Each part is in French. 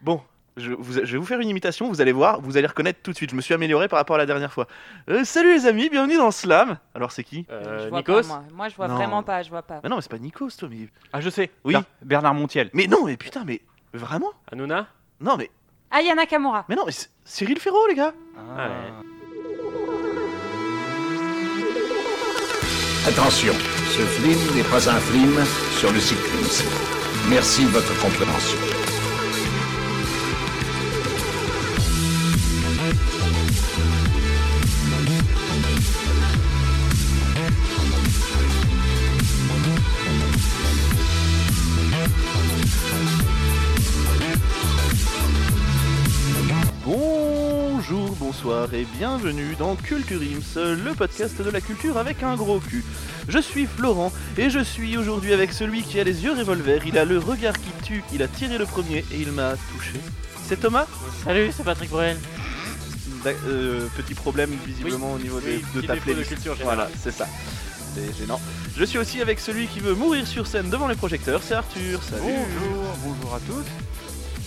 Bon, je, vous- je vais vous faire une imitation, vous allez voir, vous allez reconnaître tout de suite. Je me suis amélioré par rapport à la dernière fois. Euh, salut les amis, bienvenue dans Slam. Alors c'est qui Euh, je vois Nikos pas, moi. Moi, je vois Non. vraiment pas, je vois pas. Mais non, mais c'est pas Nikos, toi, mais. Ah, je sais. Oui. Ber- Bernard Montiel. Mais non, mais putain, mais vraiment Hanouna Non, mais. Ah, Yana Kamura. Mais non, mais c'est- Cyril Ferraud, les gars Ah, Attention, ce film n'est pas un film sur le cyclisme. Merci de votre compréhension. Bonjour, bonsoir et bienvenue dans Culture Ims, le podcast de la culture avec un gros cul. Je suis Florent et je suis aujourd'hui avec celui qui a les yeux revolver, il a le regard qui tue, il a tiré le premier et il m'a touché. C'est Thomas Salut, c'est Patrick Bruel. D'ac- euh, Petit problème visiblement au niveau des- Oui, de petit ta défaut de playlist. culture générale. voilà, c'est ça. C'est gênant. Je suis aussi avec celui qui veut mourir sur scène devant les projecteurs, c'est Arthur. Salut. Bonjour, bonjour à tous.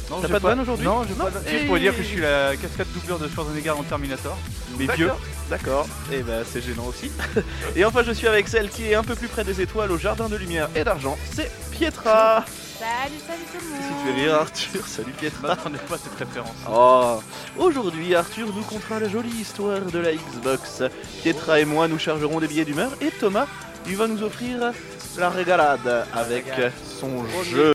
Non, T'as j'ai pas de vanne aujourd'hui Non, j'ai pas de Eh. vanne. pour dire que je suis la cascade doublure de Schwarzenegger en Terminator. Mais D'accord. vieux. D'accord, et bah c'est gênant aussi. et enfin je suis avec celle qui est un peu plus près des étoiles au jardin de lumière et d'argent, c'est Pietra Salut, salut tout le monde. Qu'est-ce qui te fait rire Arthur Salut Pietra N'attendez pas cette référence. Oh Aujourd'hui Arthur nous contera la jolie histoire de la Xbox. Pietra et moi nous chargerons des billets d'humeur et Thomas il va nous offrir la régalade avec son jeu.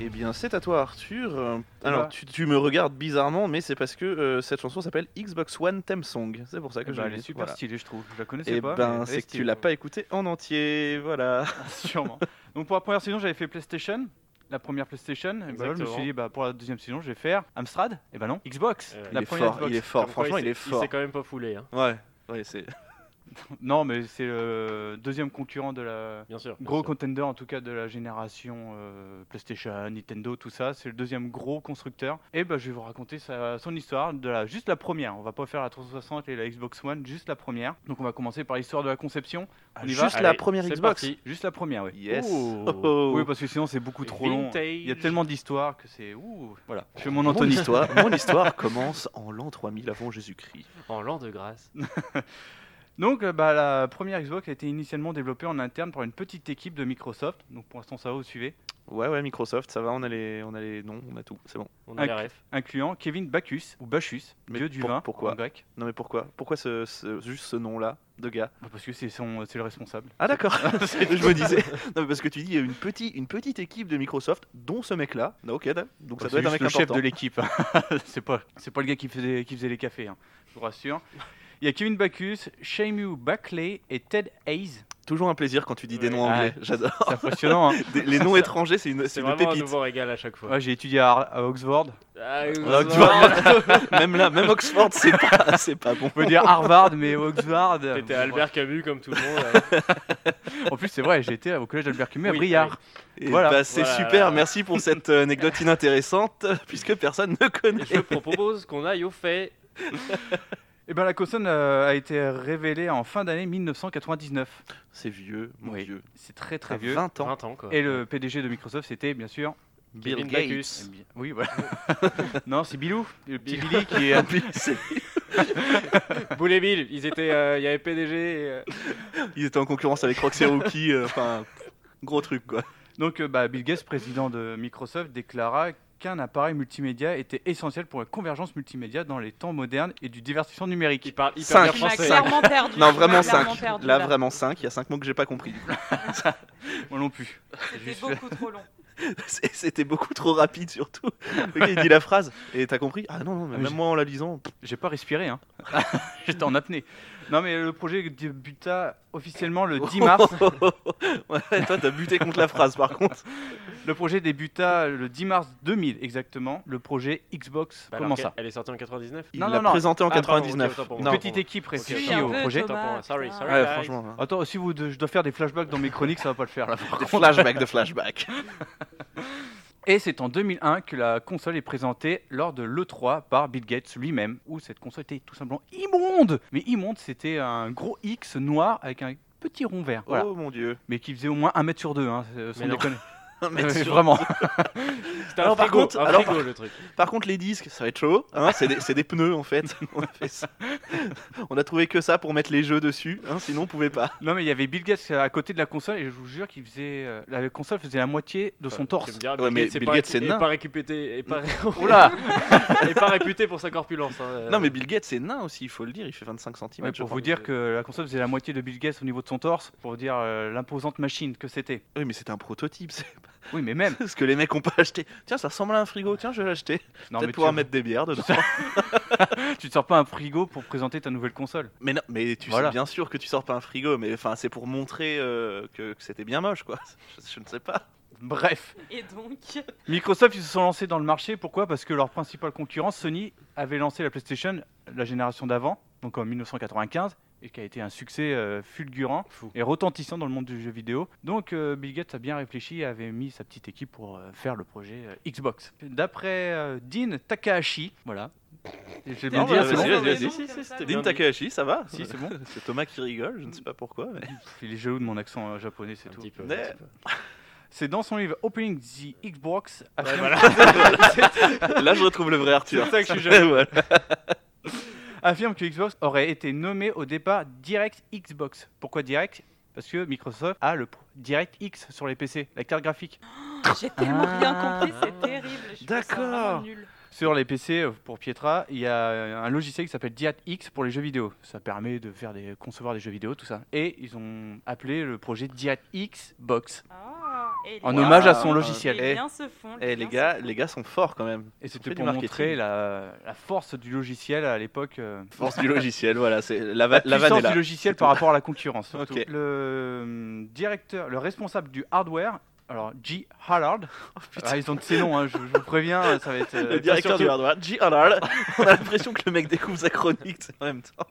Eh bien c'est à toi Arthur. Euh, Alors va. tu, tu me regardes bizarrement mais c'est parce que euh, cette chanson s'appelle Xbox One Theme Song. C'est pour ça que Eh je ben, l'ai elle est dit. super Voilà. stylée, je trouve. Je la connaissais Eh pas. ben, mais elle est c'est que tu stylée. l'as pas écouté en entier, voilà. Sûrement. Donc, pour la première saison, j'avais fait PlayStation. La première PlayStation. Et ben, je me Exactement. suis dit, bah, pour la deuxième saison, je vais faire Amstrad. Et bah non. Xbox Euh, Il La est première fort, Xbox. il est fort, Comme quoi, franchement, il s'est- est fort. Il s'est quand même pas foulé, hein. Ouais, ouais, c'est. Non, mais c'est le deuxième concurrent de la. bien sûr. bien Gros sûr. contender en tout cas de la génération euh, PlayStation, Nintendo, tout ça. C'est le deuxième gros constructeur. Et bah, je vais vous raconter sa- son histoire, de la, juste la première. On va pas faire la 360 et la Xbox One, juste la première. Donc on va commencer par l'histoire de la conception. On y Ah, va Juste la Allez, première c'est Xbox. parti. Juste la première, oui. Yes. Oh. Oh, oh. Oui, parce que sinon c'est beaucoup trop long. Vintage. Il y a tellement d'histoires que c'est. Ouh, voilà. Je fais mon mon, Anthony. histoire, mon histoire commence en l'an 3000 avant Jésus-Christ. En l'an de grâce. Donc, euh, bah, la première Xbox a été initialement développée en interne par une petite équipe de Microsoft. Donc pour l'instant, ça va, vous suivez. Ouais, ouais, Microsoft, ça va, on a les, on a les noms, on a tout, c'est bon. On a Un- les refs. Incluant Kevin Bacchus, ou Bacchus, Mais dieu du pour- vin pourquoi en grec. Non, mais pourquoi Pourquoi ce, ce- juste ce nom-là de gars Bah, Parce que c'est son- c'est le responsable. Ah, d'accord, je me disais. Non, mais parce que tu dis, il y a une, petite une petite équipe de Microsoft, dont ce mec-là. Non, Ok, d'accord. donc ça doit Bah, être c'est un mec juste le chef important. de l'équipe. c'est pas, c'est pas le gars qui faisait, qui faisait les cafés, hein, je vous rassure. Il y a Kevin Bacchus, Shaimu Backley et Ted Hayes. Toujours un plaisir quand tu dis des noms Ouais. anglais, j'adore. C'est impressionnant. hein. Ah. Des- Les noms étrangers, c'est une, c'est C'est une vraiment un pépite. nouveau régal à chaque fois. Ouais, j'ai étudié à, à Oxford. Ah, Alors que tu vois, même là, même Oxford, c'est pas, c'est pas bon. On peut dire Harvard, mais Oxford. T'étais Albert Camus comme tout le monde. euh. En plus, c'est vrai, j'étais au collège d'Albert Camus à Oui, Briard. Et Voilà. bah, c'est Voilà. super, merci pour cette euh, anecdote inintéressante, puisque personne ne connaît. Je propose qu'on aille au fait. Et ben la console euh, a été révélée en fin d'année 1999. C'est vieux, mon Oui. vieux. C'est très très T'as vieux. 20 ans. 20 ans quoi. Et le PDG de Microsoft, c'était bien sûr. Bill Kevin Gates. Bacchus. Oui, voilà. non, c'est Bilou, le petit Bilou. Billy qui est. C'est- Boule et Bill, ils étaient, euh, il y avait PDG. et, euh, Ils étaient en concurrence avec Roxy Rookie, euh, enfin, gros truc quoi. Donc euh, bah, Bill Gates, président de Microsoft, déclara qu'un appareil multimédia était essentiel pour la convergence multimédia dans les temps modernes et du divertissement Ils numérique. parlent hyper bien Cinq. Tu m'as français. clairement perdu. Non, tu m'as vraiment clairement 5. perdu, Là, vraiment 5. Il y a 5 mots que j'ai pas compris. Moi non plus. C'était Juste- beaucoup trop long. C'est- C'était beaucoup trop rapide surtout. Le gars, il dit la phrase et t'as compris Ah non, non, mais Ah, mais même j'ai- moi en la lisant. J'ai pas respiré. Hein. J'étais en apnée. Non, mais le projet débuta officiellement le 10 mars. ouais, toi, t'as buté contre la phrase, par contre. Oh. Le projet débuta le 10 mars 2000 exactement. Le projet Xbox. Bah, alors Comment qu'elle- ça Elle est sortie en 99 Il Non, l'a non, non. présenté en Ah, pardon, 99. ok, autant pour non. moi. Petite équipe Ok, réfléchie autant au pour moi. projet. Autant pour moi. Sorry, sorry. Bah, Ouais, guys. franchement. hein. Attends, si vous, deux- je dois faire des flashbacks dans mes chroniques, ça va pas le faire là. par Des contre. flashbacks de flashbacks. Et c'est en 2001 que la console est présentée lors de l'E3 par Bill Gates lui-même, où cette console était tout simplement immonde. Mais immonde, c'était un gros X noir avec un petit rond vert, voilà. Oh mon dieu. mais qui faisait au moins 1 mètre sur 2, hein, sans Mais non. déconner. Un mec Euh, sur- Vraiment. C'était un Alors, par frigo, contre- un alors, frigo, le truc. Par contre, les disques, ça va être chaud. hein, c'est des, c'est des pneus en fait. On a, fait ça. On a trouvé que ça pour mettre les jeux dessus. hein, sinon, on pouvait pas. Non, mais il y avait Bill Gates à côté de la console, et je vous jure qu'il faisait. euh, La console faisait la moitié de son Tu torse. me diras, Ouais, mais est Bill pas Gates, récu- c'est est nain. pas récupéré- est pas ré- Oula est pas réputé pour sa corpulence. hein. Non, mais Bill Gates, c'est nain aussi, il faut le dire. Il fait 25 cm. Euh, Ouais, pour vous dire que la console faisait la moitié de Bill Gates au niveau de son torse, pour dire euh, l'imposante machine que c'était. Oui, mais c'était un prototype. C'est Oui, mais même. ce que les mecs ont pas acheté. Tiens, ça ressemble à un frigo. Tiens, je vais l'acheter. Non, mais Peut-être tu, pouvoir mettre des bières dedans. tu te sors pas un frigo pour présenter ta nouvelle console. Mais non, mais tu Voilà. sais bien sûr que tu sors pas un frigo, mais enfin c'est pour montrer euh, que, que c'était bien moche quoi. Je, je ne sais pas. Bref. Et donc Microsoft, ils se sont lancés dans le marché. Pourquoi Parce que leur principal concurrent, Sony, avait lancé la PlayStation la génération d'avant, donc en 1995, et qui a été un succès euh, fulgurant Fou. et retentissant dans le monde du jeu vidéo. Donc euh, Bill Gates a bien réfléchi et avait mis sa petite équipe pour euh, faire le projet euh, Xbox. D'après euh, Dean Takahashi, voilà. Et Je vais bien Non, dire, bah, c'est vas-y, bon vas-y, vas-y. Non, Si, comme si, ça, c'était non. Dean Takahashi, ça va. Si, c'est bon. C'est Thomas qui rigole, je ne sais pas pourquoi. mais- Il est jaloux de mon accent euh, japonais, c'est Un tout. petit peu, un Mais- petit peu. C'est dans son livre Opening the Xbox. affirme- Là, je retrouve le vrai Arthur. C'est ça que je suis Ouais, voilà. affirme que Xbox aurait été nommé au départ Direct Xbox. Pourquoi Direct Parce que Microsoft a le Direct X sur les PC, la carte graphique. j'ai tellement Ah. rien compris, c'est terrible. je trouve ça D'accord. vraiment nul. Sur les PC, euh, pour Pietra, il y a euh, un logiciel qui s'appelle Direct X pour les jeux vidéo. Ça permet de faire des, concevoir des jeux vidéo, tout ça. Et ils ont appelé le projet Direct Xbox Ah, et en les- hommage à son Wow. logiciel. Les Eh, liens se font. Eh, les liens gars, se les gars sont forts quand même. fait Et c'était du pour marketing. montrer la, la force du logiciel à l'époque. euh, Force du logiciel, voilà. C'est la, va- la vanne la, est puissance là. du logiciel par rapport à la concurrence. surtout. Ok. Le euh, directeur, le responsable du hardware, alors G. Hallard, Ah, ils ont de ces noms, hein, je, je vous préviens, ça va être. euh, Le directeur du hardware, G. Allard. On a l'impression que le mec découvre sa chronique tu sais, en même temps.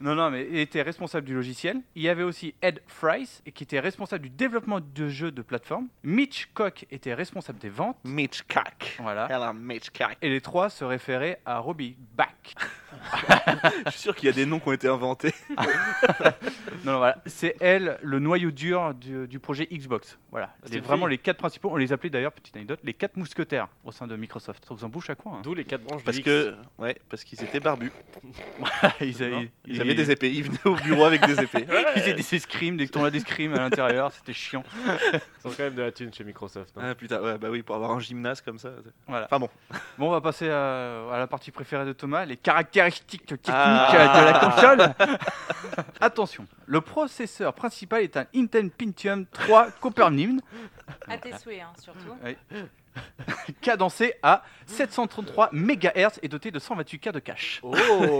Non, non, mais il était responsable du logiciel. Il y avait aussi Ed Fries, qui était responsable du développement de jeux de plateforme. Mitch Koch était responsable des ventes. Mitch Cack. Voilà. Alors, Mitch Cack. Et les trois se référaient à Robbie Bach. Je suis sûr qu'il y a des noms qui ont été inventés. Non, non, voilà. C'est elle, le noyau dur du, du projet Xbox. Voilà. Ah, C'est C'est une vraiment fille. les quatre principaux. On les appelait d'ailleurs, petite anecdote, les quatre mousquetaires au sein de Microsoft. Ça vous en bouche à quoi hein D'où les quatre branches Parce de que, ouais, parce qu'ils étaient barbus. ils, Non, avaient, Bah, Ils avaient des épées. Ils venaient au bureau avec des épées. Ils faisaient des escrimes, des tournois d'escrime à l'intérieur, c'était chiant. Ils ont quand même de la thune chez Microsoft. hein. Ah putain, ouais, bah oui, pour avoir un gymnase comme ça. c'est- Voilà. Enfin bon. Bon, on va passer à, à la partie préférée de Thomas, les caractéristiques techniques Ah. de la console. Attention, le processeur principal est un Intel Pentium 3 Copernium font. À tes souhaits, hein, surtout. cadencé à 733 MHz et doté de 128 K de cache. Oh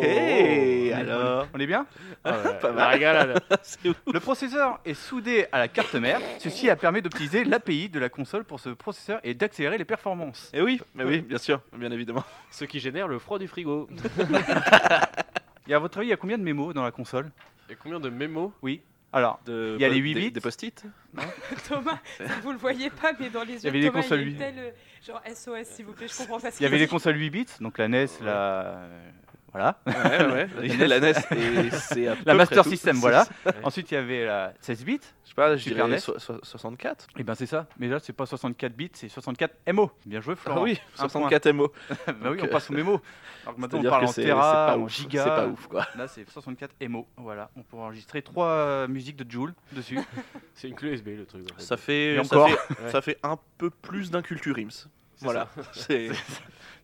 Hey, on est- alors On est bien Pas La mal. régalade. C'est ouf. Le processeur est soudé à la carte mère. Ceci a permis d'optimiser l'API de la console pour ce processeur et d'accélérer les performances. Eh oui, mais oui, bien sûr, bien évidemment. Ce qui génère le froid du frigo. Et à votre avis, il y a combien de mémos dans la console Il y a combien de mémos Alors, De- Il y a po- les huit des- bits. Des post-it Thomas, vous le voyez pas, mais dans les yeux y avait de des Thomas, consoles il y a huit. une telle, euh, genre SOS, s'il vous plaît, je comprends pas ce Il y avait qu'il les dit. consoles 8 bits, donc la NES, la. Voilà. Ouais, ouais. Il y a la NES et c'est à peu près La Master tout. System, voilà. Ouais. Ensuite, il y avait la 16 bits. Je sais pas, je Super dirais NES. so- so- 64. Et ben c'est ça. Mais là, c'est pas 64 bits, c'est 64 MO. Bien joué, Florent. Ah oui, un point. 64 MO. bah oui, on Donc, passe aux mémo. Alors que maintenant, on C'est-à-dire parle que en c'est c'est Tera, pas en ouf. C'est Giga. pas ouf quoi. Là, c'est 64 MO. Voilà, on pourra enregistrer trois euh, musiques de Joule dessus. C'est une clé USB le truc. en fait. Ça fait, Et ça encore. fait, ça fait un peu plus d'un culture Ims. C'est Voilà. C'est-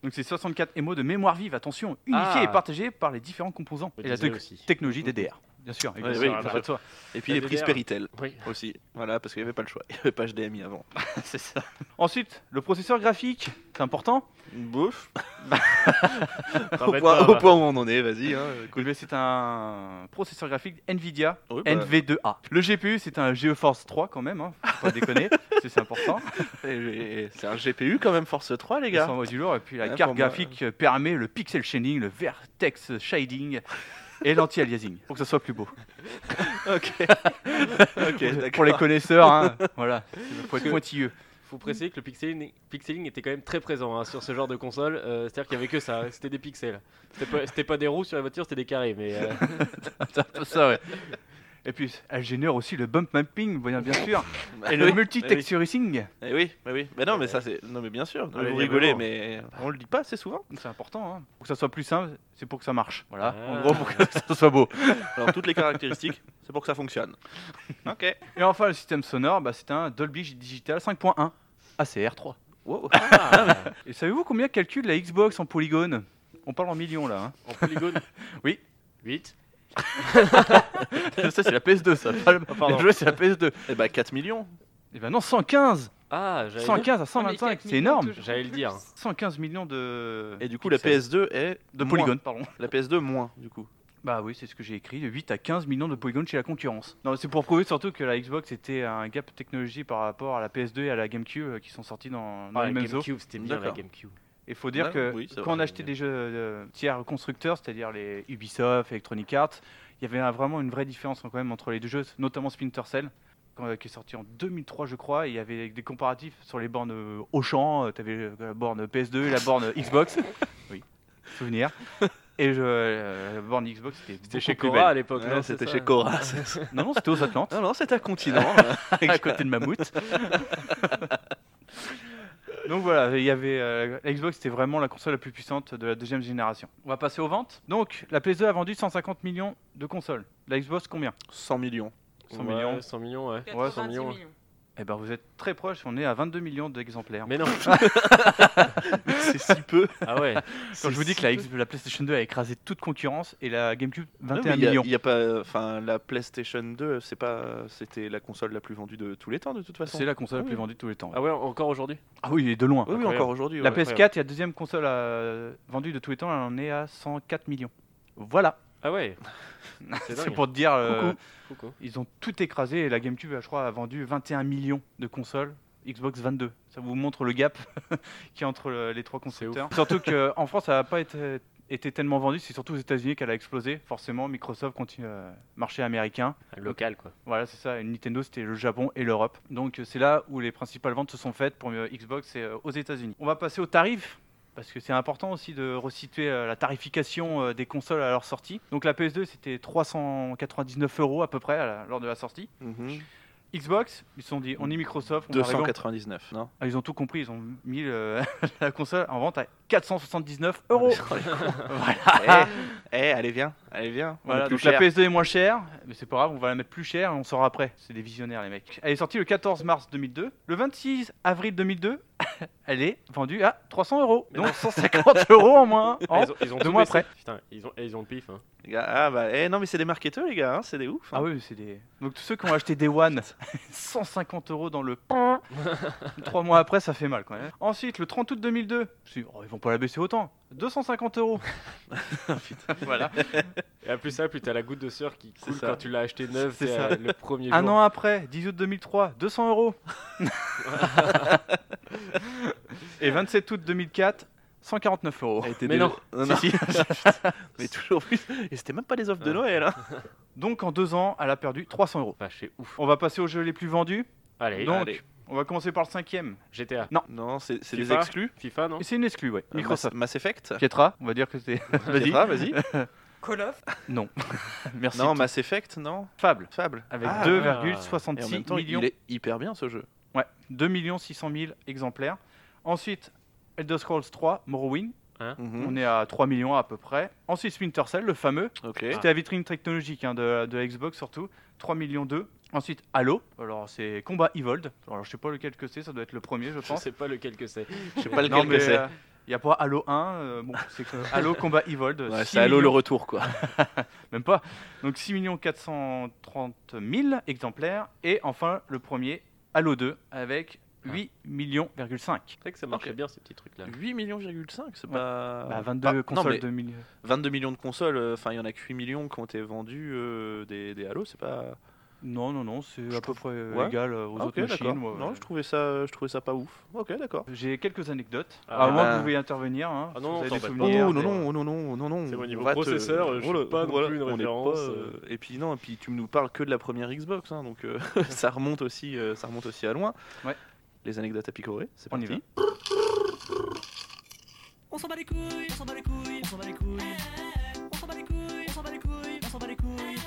Donc c'est 64 émaux de mémoire vive, attention, unifiés Ah. et partagés par les différents composants. Le et la Disney tec- aussi. technologie DDR. Bien sûr, avec Ouais, le oui, serveur, bien ça va de soi. Et puis La les prises DDR. Péritel Oui. aussi. Voilà, parce qu'il n'y avait pas le choix. Il n'y avait pas HDMI avant. C'est ça. Ensuite, le processeur graphique, c'est important. Bouf. au, T'embête point, pas, au va. point où on en est, vas-y. hein. Eh bien, C'est un processeur graphique NVIDIA Oui, bah, NV2A. Le GPU, c'est un GeForce 3 quand même, hein, faut pas déconner, parce que c'est important. bah. et- et- C'est un GPU quand même, Force 3, les Ils gars. sont modules lourds, et puis la Ouais, carte pour moi, graphique permet le pixel shading, le vertex shading et l'anti-aliasing pour que ça soit plus beau. Ok. ok, d'accord. pour les connaisseurs, hein, voilà, faut être que- pointilleux. Faut préciser que le pixeling, pixeling était quand même très présent hein, sur ce genre de console. euh, C'est-à-dire qu'il n'y avait que hein. ça, c'était des pixels. C'était pas, c'était pas des roues sur la voiture, c'était des carrés. Mais euh, C'est un peu ça, ouais. Et puis, elle génère aussi le bump mapping, bien, bien sûr, Bah et le oui. multi-texturizing, Eh oui, bah oui. Bah non, mais ça c'est. Non, mais bien sûr. Ah, mais vous il y a rigolez, vraiment. mais on le dit pas assez souvent. c'est important. hein. Pour que ça soit plus simple, c'est pour que ça marche. Voilà, Ah. en gros, pour que ça soit beau. Alors, toutes les caractéristiques, c'est pour que ça fonctionne. Ok. Et enfin, le système sonore, bah, c'est un Dolby Digital 5.1 ACR3. Wow. ah, Et savez-vous combien calcule la Xbox en polygone On parle en millions là. hein. en polygone Oui. 8 ça, c'est la PS2, ça. Pas le- pardon. le jeu, c'est la PS2. Et bah 4 millions. Et ben non, 115 Ah, j'allais dire- 115 à Non, mais 125, quatre c'est millions, énorme toujours J'allais le plus. dire. 115 millions de. Et du coup, la PS2 est De moins. polygones, pardon. La PS2 moins, du coup. Bah oui, c'est ce que j'ai écrit, de 8 à 15 millions de polygones chez la concurrence. Non, c'est pour prouver surtout que la Xbox était un gap technologie par rapport à la PS2 et à la GameCube euh, qui sont sortis dans, dans Ah, les la mêmes eaux. GameCube, c'était bien la D'accord. GameCube. Il faut dire Ouais, que oui, c'est quand on vrai, achetait mais- des jeux euh, tiers constructeurs, c'est-à-dire les Ubisoft, Electronic Arts, il y avait euh, vraiment une vraie différence quand même entre les deux jeux, notamment Splinter Cell, quand- euh, qui est sorti en 2003 je crois, et il y avait des comparatifs sur les bornes euh, Auchan, tu avais la borne PS2 et la borne Xbox, oui, souvenir, et je- euh, la borne Xbox c'était C'était beaucoup chez plus Cora à belle. l'époque. Ouais, non, c'est c'était ça chez Cora. Non, non, c'était aux Atlantes. euh, non, non, c'est un continent. à côté de Mammouth. Donc voilà, il y avait euh, la Xbox était vraiment la console la plus puissante de la deuxième génération. On va passer aux ventes. Donc la PS2 a vendu 150 millions de consoles. La Xbox combien 100 millions. 100 millions. Ouais, 100 millions, ouais. 90 100 millions. millions. Eh ben vous êtes très proche, on est à 22 millions d'exemplaires. Mais non. c'est si peu. Ah ouais. Quand je vous dis que la, X- la PlayStation 2 a écrasé toute concurrence et la GameCube Ouais, mais 21 Ah il y a- millions. Il y a pas. Enfin, la PlayStation 2, c'est pas. C'était la console la plus vendue de tous les temps, de toute façon. C'est la console la plus Oui. vendue de tous les temps. Ah ouais, encore aujourd'hui Ah oui, il est de loin. Oui, oui, Incroyable. encore aujourd'hui. La ouais. PS4 est la deuxième console euh, vendue de tous les temps, elle en est à 104 millions. Voilà. Ah ouais. C'est C'est dingue. pour te dire euh, Coucou. Ils ont tout écrasé et la GameCube, je crois, a vendu 21 millions de consoles. Xbox 22. Ça vous montre le gap qu'il y a entre le- les trois constructeurs. Surtout qu'en France, ça n'a pas été, été tellement vendu. C'est surtout aux États-Unis qu'elle a explosé. Forcément, Microsoft continue euh, marché américain. Local, quoi. Voilà, c'est ça. Et Nintendo, c'était le Japon et l'Europe. Donc, euh, c'est là où les principales ventes se sont faites pour euh, Xbox et euh, aux États-Unis. On va passer aux tarifs. Parce que c'est important aussi de resituer euh, la tarification euh, des consoles à leur sortie. Donc la PS2 c'était 399 euros à peu près à la- lors de la sortie. Mhm. Xbox, ils se sont dit, on est Microsoft, on va rigoler. 299, non Ah, ils ont tout compris, ils ont mis le- la console en vente à 479 Ah, euros. Voilà. Eh, eh, allez, viens. Allez, viens. On Voilà, est plus donc la cher. PS2 est moins chère, mais c'est pas grave, on va la mettre plus chère et on sort après. C'est des visionnaires les mecs. Elle est sortie le 14 mars 2002, le 26 avril 2002, elle est vendue à 300 euros, donc 150 euros en moins. Ah, en- ils ont, ils ont deux tout mois baissé. après. Putain, ils ont, eh, ils ont le pif. hein. Les gars, ah bah, eh, non, mais c'est des marketeurs, les gars, hein, c'est des ouf. hein. Ah oui, c'est des. Donc tous ceux qui ont acheté des One, 150 euros dans le. Trois mois après, ça fait mal quand même. Ensuite, le 30 août 2002, si- oh, ils vont pas la baisser autant, 250 euros. voilà. Et à plus ça, plus t'as la goutte de sueur qui C'est coule ça. quand tu l'as acheté neuve C'est c'est ça. euh, le premier jour. Un an après, 10 août 2003, 200 euros. Et 27 août 2004, 149 euros. Elle était Mais déjà- non. non. Si, si. mais toujours plus. Et c'était même pas les offres de Ouais. Noël. Hein. Donc en deux ans, elle a perdu 300 euros. Bah, c'est ouf. On va passer aux jeux les plus vendus. Allez, Donc, allez. on va commencer par le cinquième. GTA. Non, c'est c'est des FIFA, exclus. FIFA, non Et c'est une exclue, ouais. Euh, Mass, Microsoft. Mass Effect Pietra, on va dire que c'est. Vas-y. Petra, vas-y. Call of Merci. non, Mass Effect, non Fable. Fable. Avec Ah, Et en même 2,66 temps, millions. il est hyper bien ce jeu. Ouais, 2 600 000 exemplaires. Ensuite, Elder Scrolls 3, Morrowind. Mhm. On est à 3 millions à peu près. Ensuite, Splinter Cell, le fameux. Ok. C'était la vitrine technologique hein, de, de la Xbox surtout. 3 millions 2. Ensuite, Halo. Alors, c'est Combat Evolved. Alors, je sais pas lequel que c'est, ça doit être le premier, je Je pense. sais pas lequel que c'est. Je sais pas lequel Non, mais, que c'est. euh, Il n'y a pas Halo 1, euh, bon, c'est que Halo Combat Evolved. Ouais, 6 c'est Halo le millions- retour, quoi. Même pas. Donc 6 430 000 exemplaires. Et enfin, le premier, Halo 2, avec Ah. 8 millions, 5. C'est vrai que ça marchait bien ces petits trucs-là. 8 millions,5, c'est Ouais. pas. Bah, Bah, 22 non, consoles mais de mille- 22 millions de consoles, euh, enfin, il y en a que 8 millions qui ont été vendus euh, des, des Halo, c'est pas. Non, non, non, c'est Je à peu près euh, ouais. égal euh, aux Ah, autres d'accord. machines. moi, Non, euh, je trouvais, ça, je trouvais ça pas ouf. Ok, d'accord. J'ai quelques anecdotes. Ah, à moins bah. que vous vouliez intervenir. hein, Ah si non, vous on avez s'en des bat pas. Oh souvenirs. non, non, non, non, non, non. C'est mon niveau on va te- processeur, je suis pas non plus une on est référence, euh, Et puis non, et puis tu nous parles que de la première Xbox, hein, donc euh, ça remonte aussi, euh, ça remonte aussi à loin. Ouais. Les anecdotes à picorer, c'est On y parti. va. On s'en bat les couilles, on s'en bat les couilles, on s'en bat les couilles. On s'en bat les couilles, on s'en bat les couilles, on s'en bat les couilles.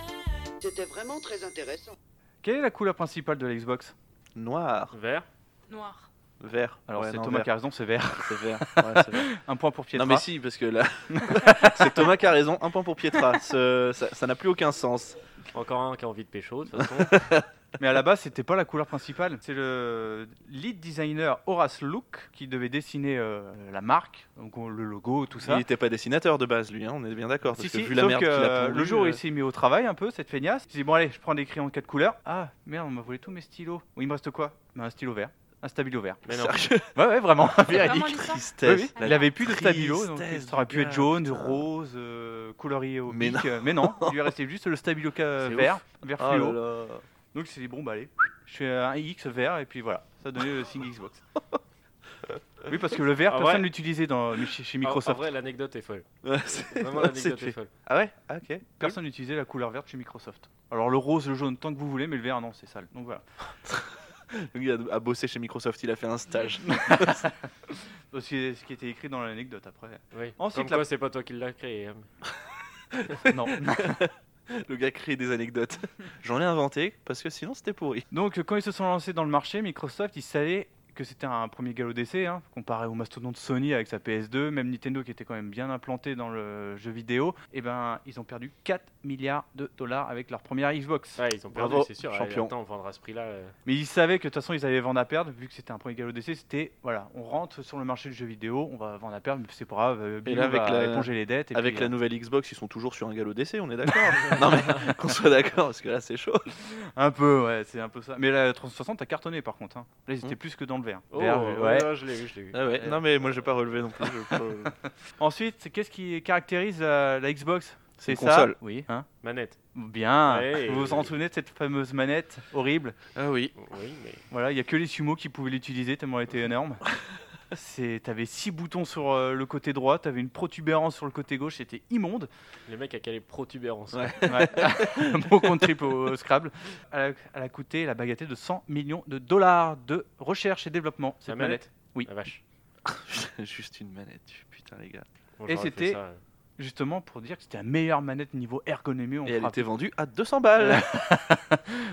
C'était vraiment très intéressant. Quelle est la couleur principale de la Xbox Noir, Vert Noir. vert. Alors Ouais, c'est non, Thomas vert. qui a raison, c'est vert. C'est vert. Ouais, c'est vert. Un point pour Pietra. Non mais si, parce que là, c'est Thomas qui a raison, un point pour Pietra, Ce- ça ça n'a plus aucun sens. Encore un qui a envie de pécho, de toute façon. Mais à la base, c'était pas la couleur principale. C'est le lead designer Horace Luke qui devait dessiner euh, la marque, donc on- le logo, tout ça. Il n'était pas dessinateur de base, lui, hein, on est bien d'accord. Si, Parce si, que vu la sauf merde que, qu'il a euh, pondue, le jour où euh, il s'est mis au travail un peu, cette feignasse, il s'est dit Bon, allez, je prends des crayons de quatre couleurs. Ah merde, on m'a volé tous mes stylos. Bon, il me reste quoi Ben, Un stylo vert, un stabilo vert. Mais non. sérieux, Ouais, ouais, vraiment. Vraiment la l'histoire tristesse. Oui, oui. la Il avait plus de stabilo, donc tristesse ça aurait du pu gars, être jaune, putain. rose, euh, colorié au Mais pic, euh, mais non, il lui restait juste le stabilo ca- C'est vert, vert Oh là fluo. là. Donc il s'est dit bon bah allez, je fais un X vert et puis voilà, ça donnait le signe Xbox. Oui parce que le Ah vert En personne vrai- l'utilisait dans chez, chez En, en Microsoft. vrai, l'anecdote est folle. Ouais, c'est- Vraiment, ouais, c'est l'anecdote est fait. folle. Ah ouais Ah, ok. personne n'utilisait la couleur verte chez Microsoft. Alors le rose, le jaune, tant que vous voulez, mais le vert non c'est sale. Donc voilà. Le gars a- a bossé chez Microsoft, il a fait un stage. Donc, C'est ce qui était écrit dans l'anecdote après. Oui. Ensuite, Comme la- quoi, c'est pas toi qui l'as créé. hein. Non. le gars crée des anecdotes. J'en ai inventé parce que sinon c'était pourri. Donc euh, quand ils se sont lancés dans le marché, Microsoft ils savaient que c'était un premier galop d'essai, hein, comparé au mastodonte Sony avec sa PS2, même Nintendo qui était quand même bien implanté dans le jeu vidéo, et ben ils ont perdu 4 milliards de dollars avec leur première Xbox. Ouais, ils ont perdu, Bravo, c'est sûr. champion. Champion. Attends, on vendra ce prix-là. euh. Mais ils savaient que de toute façon ils allaient vendre à perdre vu que c'était un premier galop d'essai. C'était voilà, on rentre sur le marché du jeu vidéo, on va vendre à perdre, mais c'est pas grave. euh, Bilou là, avec va la- éponger les dettes. et Avec puis, la euh, nouvelle Xbox, ils sont toujours sur un galop d'essai, on est d'accord Non mais qu'on soit d'accord parce que là c'est chaud. euh, un peu, ouais, c'est un peu ça. Mais la 360 a cartonné par contre. hein. Là ils étaient Hmm. plus que dans le vert. Oh, Vert, euh, ouais. ouais, je l'ai vu, je l'ai vu. Ah ouais. Non mais moi j'ai pas euh, relevé non plus. je- Ensuite, c'est- qu'est-ce qui caractérise euh, la, la Xbox C'est une ça console. Oui. hein Manette. Bien. Ouais. vous vous en souvenez de cette fameuse manette horrible Ah oui. Oui, mais. Voilà, il y a que les sumo qui pouvaient l'utiliser tellement elle était énorme. C'est, t'avais six boutons sur euh, le côté droit, t'avais une protubérance sur le côté gauche, c'était immonde. Le mec a calé protubérance. Ouais. Ouais. Mon compte triple au, au Scrabble. Elle a, elle a coûté la bagatelle de 100 millions de dollars de recherche et développement, cette La manette. manette Oui. La vache. Juste une manette, putain les gars. Bon, Et j'aurais fait c'était- ça, euh. Justement pour dire que c'était la meilleure manette niveau ergonomie. On Et elle frappe. était vendue à 200 balles.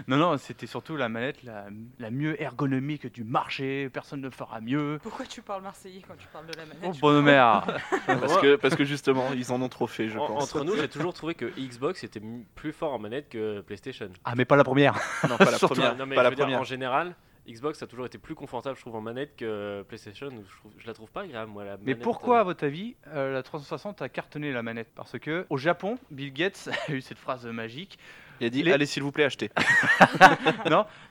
Non, non, c'était surtout la manette la, la mieux ergonomique du marché, personne ne le fera mieux. Pourquoi tu parles marseillais quand tu parles de la manette Oh, je bonne mère parce, que, parce que justement, ils en ont trop fait, je En- pense. entre nous, j'ai toujours trouvé que Xbox était m- plus fort en manette que PlayStation. Ah, mais pas la première non, pas la Surtout- première. non, hein, mais pas je la veux dire, première. en général, Xbox a toujours été plus confortable, je trouve, en manette que PlayStation. où Je, trouve- je la trouve pas agréable, moi, la Mais manette, pourquoi, à euh, votre avis, euh, la 360 a cartonné la manette Parce que au Japon, Bill Gates a eu cette phrase magique. Il a dit les- allez s'il vous plaît achetez.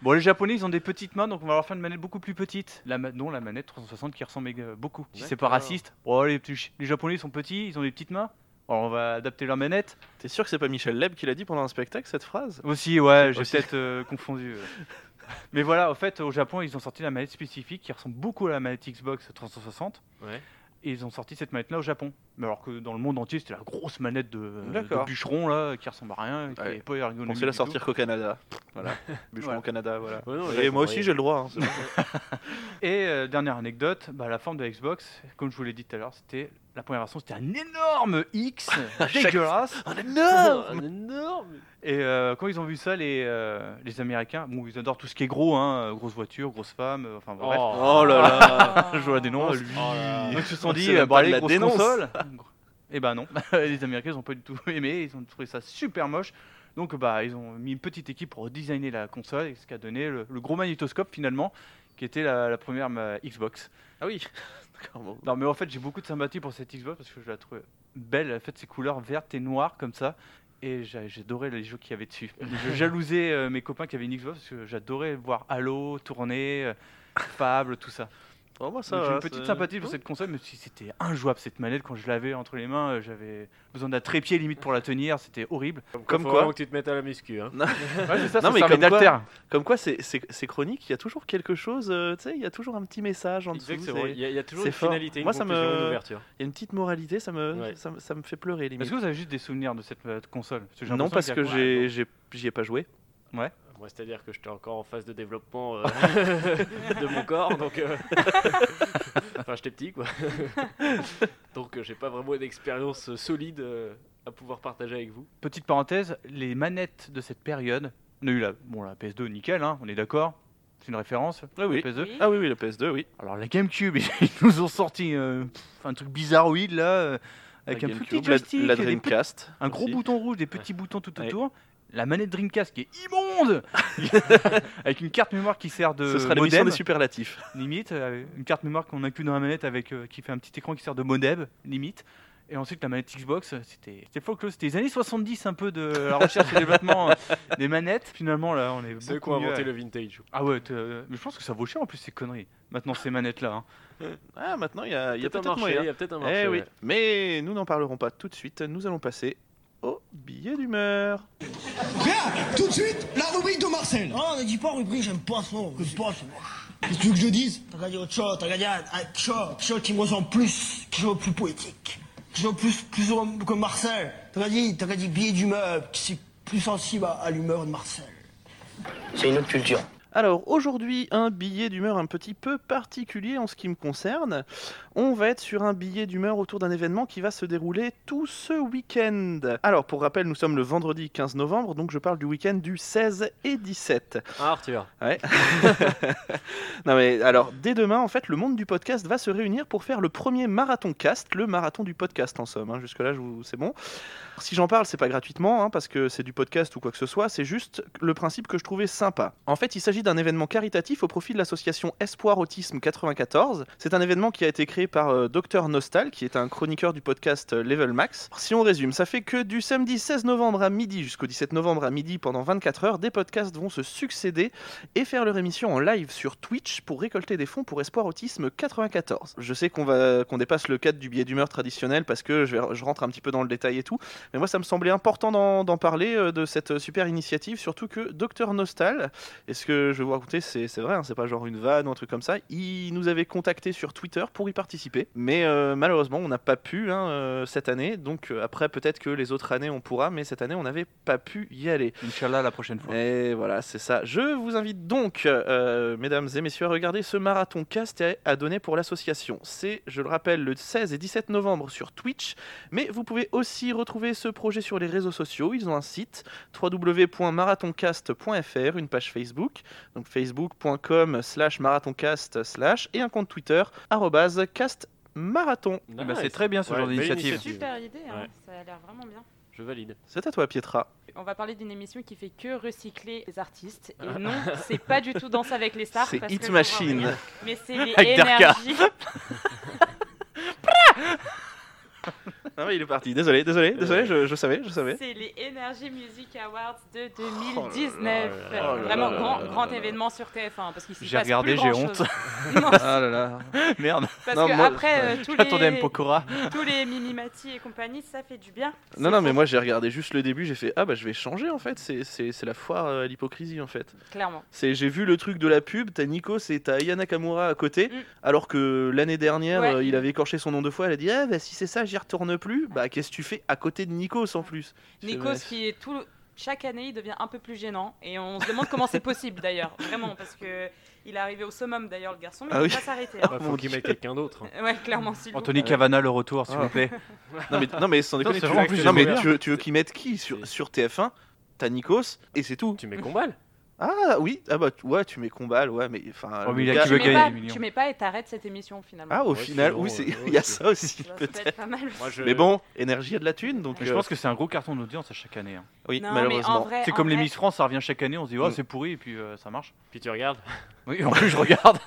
Bon, les Japonais, ils ont des petites mains, donc on va leur faire une manette beaucoup plus petite. La ma- non, la manette 360 qui ressemble méga- beaucoup. Si c'est pas D'accord. raciste, oh, les, petits ch- les Japonais, ils sont petits, ils ont des petites mains. Alors on va adapter leur manette. T'es sûr que c'est pas Michel Leb qui l'a dit pendant un spectacle cette phrase Aussi, ouais, j'ai Aussi. peut-être euh, confondu. euh. Mais voilà, au fait, au Japon, ils ont sorti la manette spécifique qui ressemble beaucoup à la manette Xbox 360. Ouais. Et ils ont sorti cette manette-là au Japon. Mais alors que dans le monde entier, c'était la grosse manette de, euh, de D'accord. bûcheron là, qui ressemble à rien, qui Ouais. est pas ergonomique. On sait la du sortir qu'au Canada. Voilà. Bûcheron Voilà. au Canada, voilà. ouais, non, Et j'ai moi compris. aussi j'ai le droit. hein, c'est bon. tout. Et euh, dernière anecdote, bah, la forme de la Xbox, comme je vous l'ai dit tout à l'heure, c'était la première version, c'était un énorme X dégueulasse. Un Oh, énorme un énorme Et euh, quand ils ont vu ça, les, euh, les Américains, bon, ils adorent tout ce qui est gros, hein, euh, grosse voiture, grosse femme, euh, enfin bref. Oh là là Ah. Je vois des noms. Oh, lui. lui. Donc ils se sont On dit, sait même euh, pas bah, de allez, la grosse dénonce. console. Et bah non, les Américains ils ont pas du tout aimé, ils ont trouvé ça super moche. Donc bah ils ont mis une petite équipe pour designer la console, et ce qui a donné le, le gros magnétoscope finalement, qui était la, la première ma- Xbox. Ah oui clairement. Non, mais en fait, j'ai beaucoup de sympathie pour cette Xbox parce que je la trouve belle. En fait, ses couleurs vertes et noires comme ça. Et j'a- j'adorais les jeux qu'il y avait dessus. Je jalousais euh, mes copains qui avaient une Xbox parce que j'adorais voir Halo, tourner, euh, Fable, tout ça. Oh, moi, ça Donc, J'ai va, une petite c'est- sympathie pour Ouais. cette console, même si c'était injouable cette manette quand je l'avais entre les mains. euh, J'avais besoin d'un trépied limite pour la tenir, c'était horrible. Comme faut quoi- vraiment que tu te mettes à la muscu. Hein. Ouais, c'est ça, Non, ça mais servait comme quoi- d'alter. Comme quoi, c'est- c'est c'est chronique, il y a toujours quelque chose, euh, tu sais, il y a toujours un petit message en dessous. Exactement. c'est- Il y, a- il y a toujours c'est une fort. finalité, une Moi, ça me- conclusion, une ouverture. Il y a une petite moralité, ça me, Ouais. ça, me- ça me fait pleurer limite. Est-ce que vous avez juste des souvenirs de cette euh, console Parce que j'ai Non, l'impression parce qu'il y a que j'ai- quoi j'ai- j'y ai pas joué. Moi, c'est-à-dire que j'étais encore en phase de développement euh, de mon corps, donc. euh, enfin, j'étais petit, quoi. donc, euh, j'ai pas vraiment d'expérience euh, solide euh, à pouvoir partager avec vous. Petite parenthèse, les manettes de cette période, on a eu la, bon, la PS2, nickel, hein, on est d'accord C'est une référence, Ah oui. la PS2 Oui. Ah oui, oui, la PS2, oui. Alors la GameCube, ils nous ont sorti euh, pff, un truc bizarroïde là, euh, avec La un GameCube, petit la- joystick, la, des petits- Dreamcast. un gros aussi. bouton rouge, des petits boutons tout Ouais. autour. La manette Dreamcast qui est immonde Avec une carte mémoire qui sert de Ce sera l'émission modem, des superlatifs. limite. euh, Une carte mémoire qu'on inclut dans la manette avec, euh, qui fait un petit écran qui sert de modem, limite. Et ensuite la manette Xbox, euh, c'était c'était folklore. C'était les années 70 un peu de la recherche et développement euh, des manettes. Finalement là, on est Ceux qui beaucoup ont mieux. inventé le vintage. Ah ouais, t'es- mais je pense que ça vaut cher en plus ces conneries. Maintenant ces hein. manettes là. Ah, maintenant, il y a, il y a Peut-être un peut-être marché, moyen. Il y a peut-être un marché. Eh oui. ouais. Mais nous n'en parlerons pas tout de suite. Nous allons passer au billet d'humeur. Tout de suite, la rubrique de Marcel. Oh, ne dis pas rubrique, j'aime pas ce mot. J'aime pas ce mot. Qu'est-ce que tu veux que je dise T'as regardé autre chose, t'as regardé un- un chose, chose qui me ressemble plus, quelque chose de plus poétique, quelque chose de plus, plus homme que Marcel. T'as regardé, t'as regardé billet d'humeur, qui c'est plus sensible à, à l'humeur de Marcel. C'est une autre culture. Alors aujourd'hui, un billet d'humeur un petit peu particulier en ce qui me concerne. On va être sur un billet d'humeur autour d'un événement qui va se dérouler tout ce week-end. Alors pour rappel, nous sommes le vendredi 15 novembre, donc je parle du week-end du 16 et 17. Ah, Arthur. Non mais alors dès demain en fait le monde du podcast va se réunir pour faire le premier marathon cast, le marathon du podcast en somme. hein. Jusque là je vous... c'est bon. Si j'en parle c'est pas gratuitement hein, parce que c'est du podcast ou quoi que ce soit, c'est juste le principe que je trouvais sympa. En fait il s'agit d'un événement caritatif au profit de l'association Espoir Autisme 94. C'est un événement qui a été créé par euh, Dr Nostal qui est un chroniqueur du podcast euh, Level Max. Si on résume, ça fait que du samedi 16 novembre à midi jusqu'au 17 novembre à midi pendant 24 heures, des podcasts vont se succéder et faire leur émission en live sur Twitch pour récolter des fonds pour Espoir Autisme 94. Je sais qu'on va qu'on dépasse le cadre du billet d'humeur traditionnel parce que je, vais- je rentre un petit peu dans le détail et tout, mais moi ça me semblait important d'en d'en parler euh, de cette super initiative, surtout que Docteur Nostal, et ce que je vais vous raconter c'est c'est vrai, hein, c'est pas genre une vanne ou un truc comme ça, il nous avait contacté sur Twitter pour y participer, mais euh, malheureusement on n'a pas pu hein, euh, cette année, donc euh, après peut-être que les autres années on pourra, mais cette année on n'avait pas pu y aller. Inch'Allah la prochaine fois. Et voilà, c'est ça. Je vous invite donc, euh, mesdames et messieurs, à regarder ce marathon cast à- à donner pour l'association. C'est, je le rappelle, le 16 et 17 novembre sur Twitch. Mais vous pouvez aussi retrouver ce projet sur les réseaux sociaux. Ils ont un site www.marathoncast.fr, une page Facebook, donc facebook.com slash marathoncast slash, et un compte Twitter, arrobase castmarathon. Eh ben, Nice. c'est très bien ce Ouais, genre belle d'initiative. initiative. Super idée, hein, Ouais. ça a l'air vraiment bien. Je valide. C'est à toi, Pietra. On va parler d'une émission qui fait que recycler les artistes. Et non, c'est pas du tout Danse avec les stars. C'est parce que Hit je vois Machine. rien. Mais c'est les Avec Darka. énergies. Ah oui, il est parti. Désolé, désolé, désolé, je, je savais, je savais. C'est les Energy Music Awards de Oh là là 2019. là là Vraiment là grand, là grand là là. événement sur TF1 parce qu'il s'y J'ai passe regardé, plus j'ai grand-chose. honte. Non, Ah là là. Merde, parce Non, que moi, après euh, tous j'attendais M. les Pokora. tous les Mimimati et compagnie, ça fait du bien. Non, non, mais moi j'ai regardé juste le début, j'ai fait Ah bah je vais changer en fait, c'est- c'est c'est la foire euh, à l'hypocrisie en fait. Clairement. C'est- J'ai vu le truc de la pub, t'as Nikos et t'as Aya Nakamura à côté, Mm. alors que l'année dernière Ouais. euh, il avait écorché son nom deux fois, elle a dit Ah bah si c'est ça, j'y retourne plus, bah qu'est-ce que tu fais à côté de Nikos en plus Je fais, Nikos Bref. qui est tout chaque année, il devient un peu plus gênant et on se demande comment c'est possible d'ailleurs, vraiment parce que il est arrivé au summum d'ailleurs le garçon, mais Ah il oui. va pas s'arrêter. hein. Bah, mon faut qu'il Dieu. mette quelqu'un d'autre. Ouais, clairement s'il vous Anthony plaît. Cavana, le retour, s'il Ah. vous plaît. Non mais, non, mais sans déconner, c'est tu, vrai, en non, plus, mais j'ai vu. tu veux, tu veux qu'ils mettent qui sur, sur TF1 T'as Nikos et c'est tout. Tu mets Combal Ah oui, ah bah tu- ouais, tu mets combat, ouais, mais enfin. Oh, le mais il a gars- qui veut tu, mets gagner pas, les millions. tu mets pas et t'arrêtes cette émission finalement. Ah, au Ouais, final, sinon, oui, c'est- ouais, il y a ouais, ça aussi Ça, ça peut peut-être. être pas mal. Moi, je- Mais bon, énergie a de la thune, donc. Mais je euh, pense que c'est un gros carton d'audience à chaque année. hein. Oui, Non, mais en malheureusement. vrai- C'est en comme les vrai- Miss France, ça revient chaque année, on se dit, oh, Mm. c'est pourri, et puis euh, ça marche. Puis tu regardes. Oui, en plus, je regarde.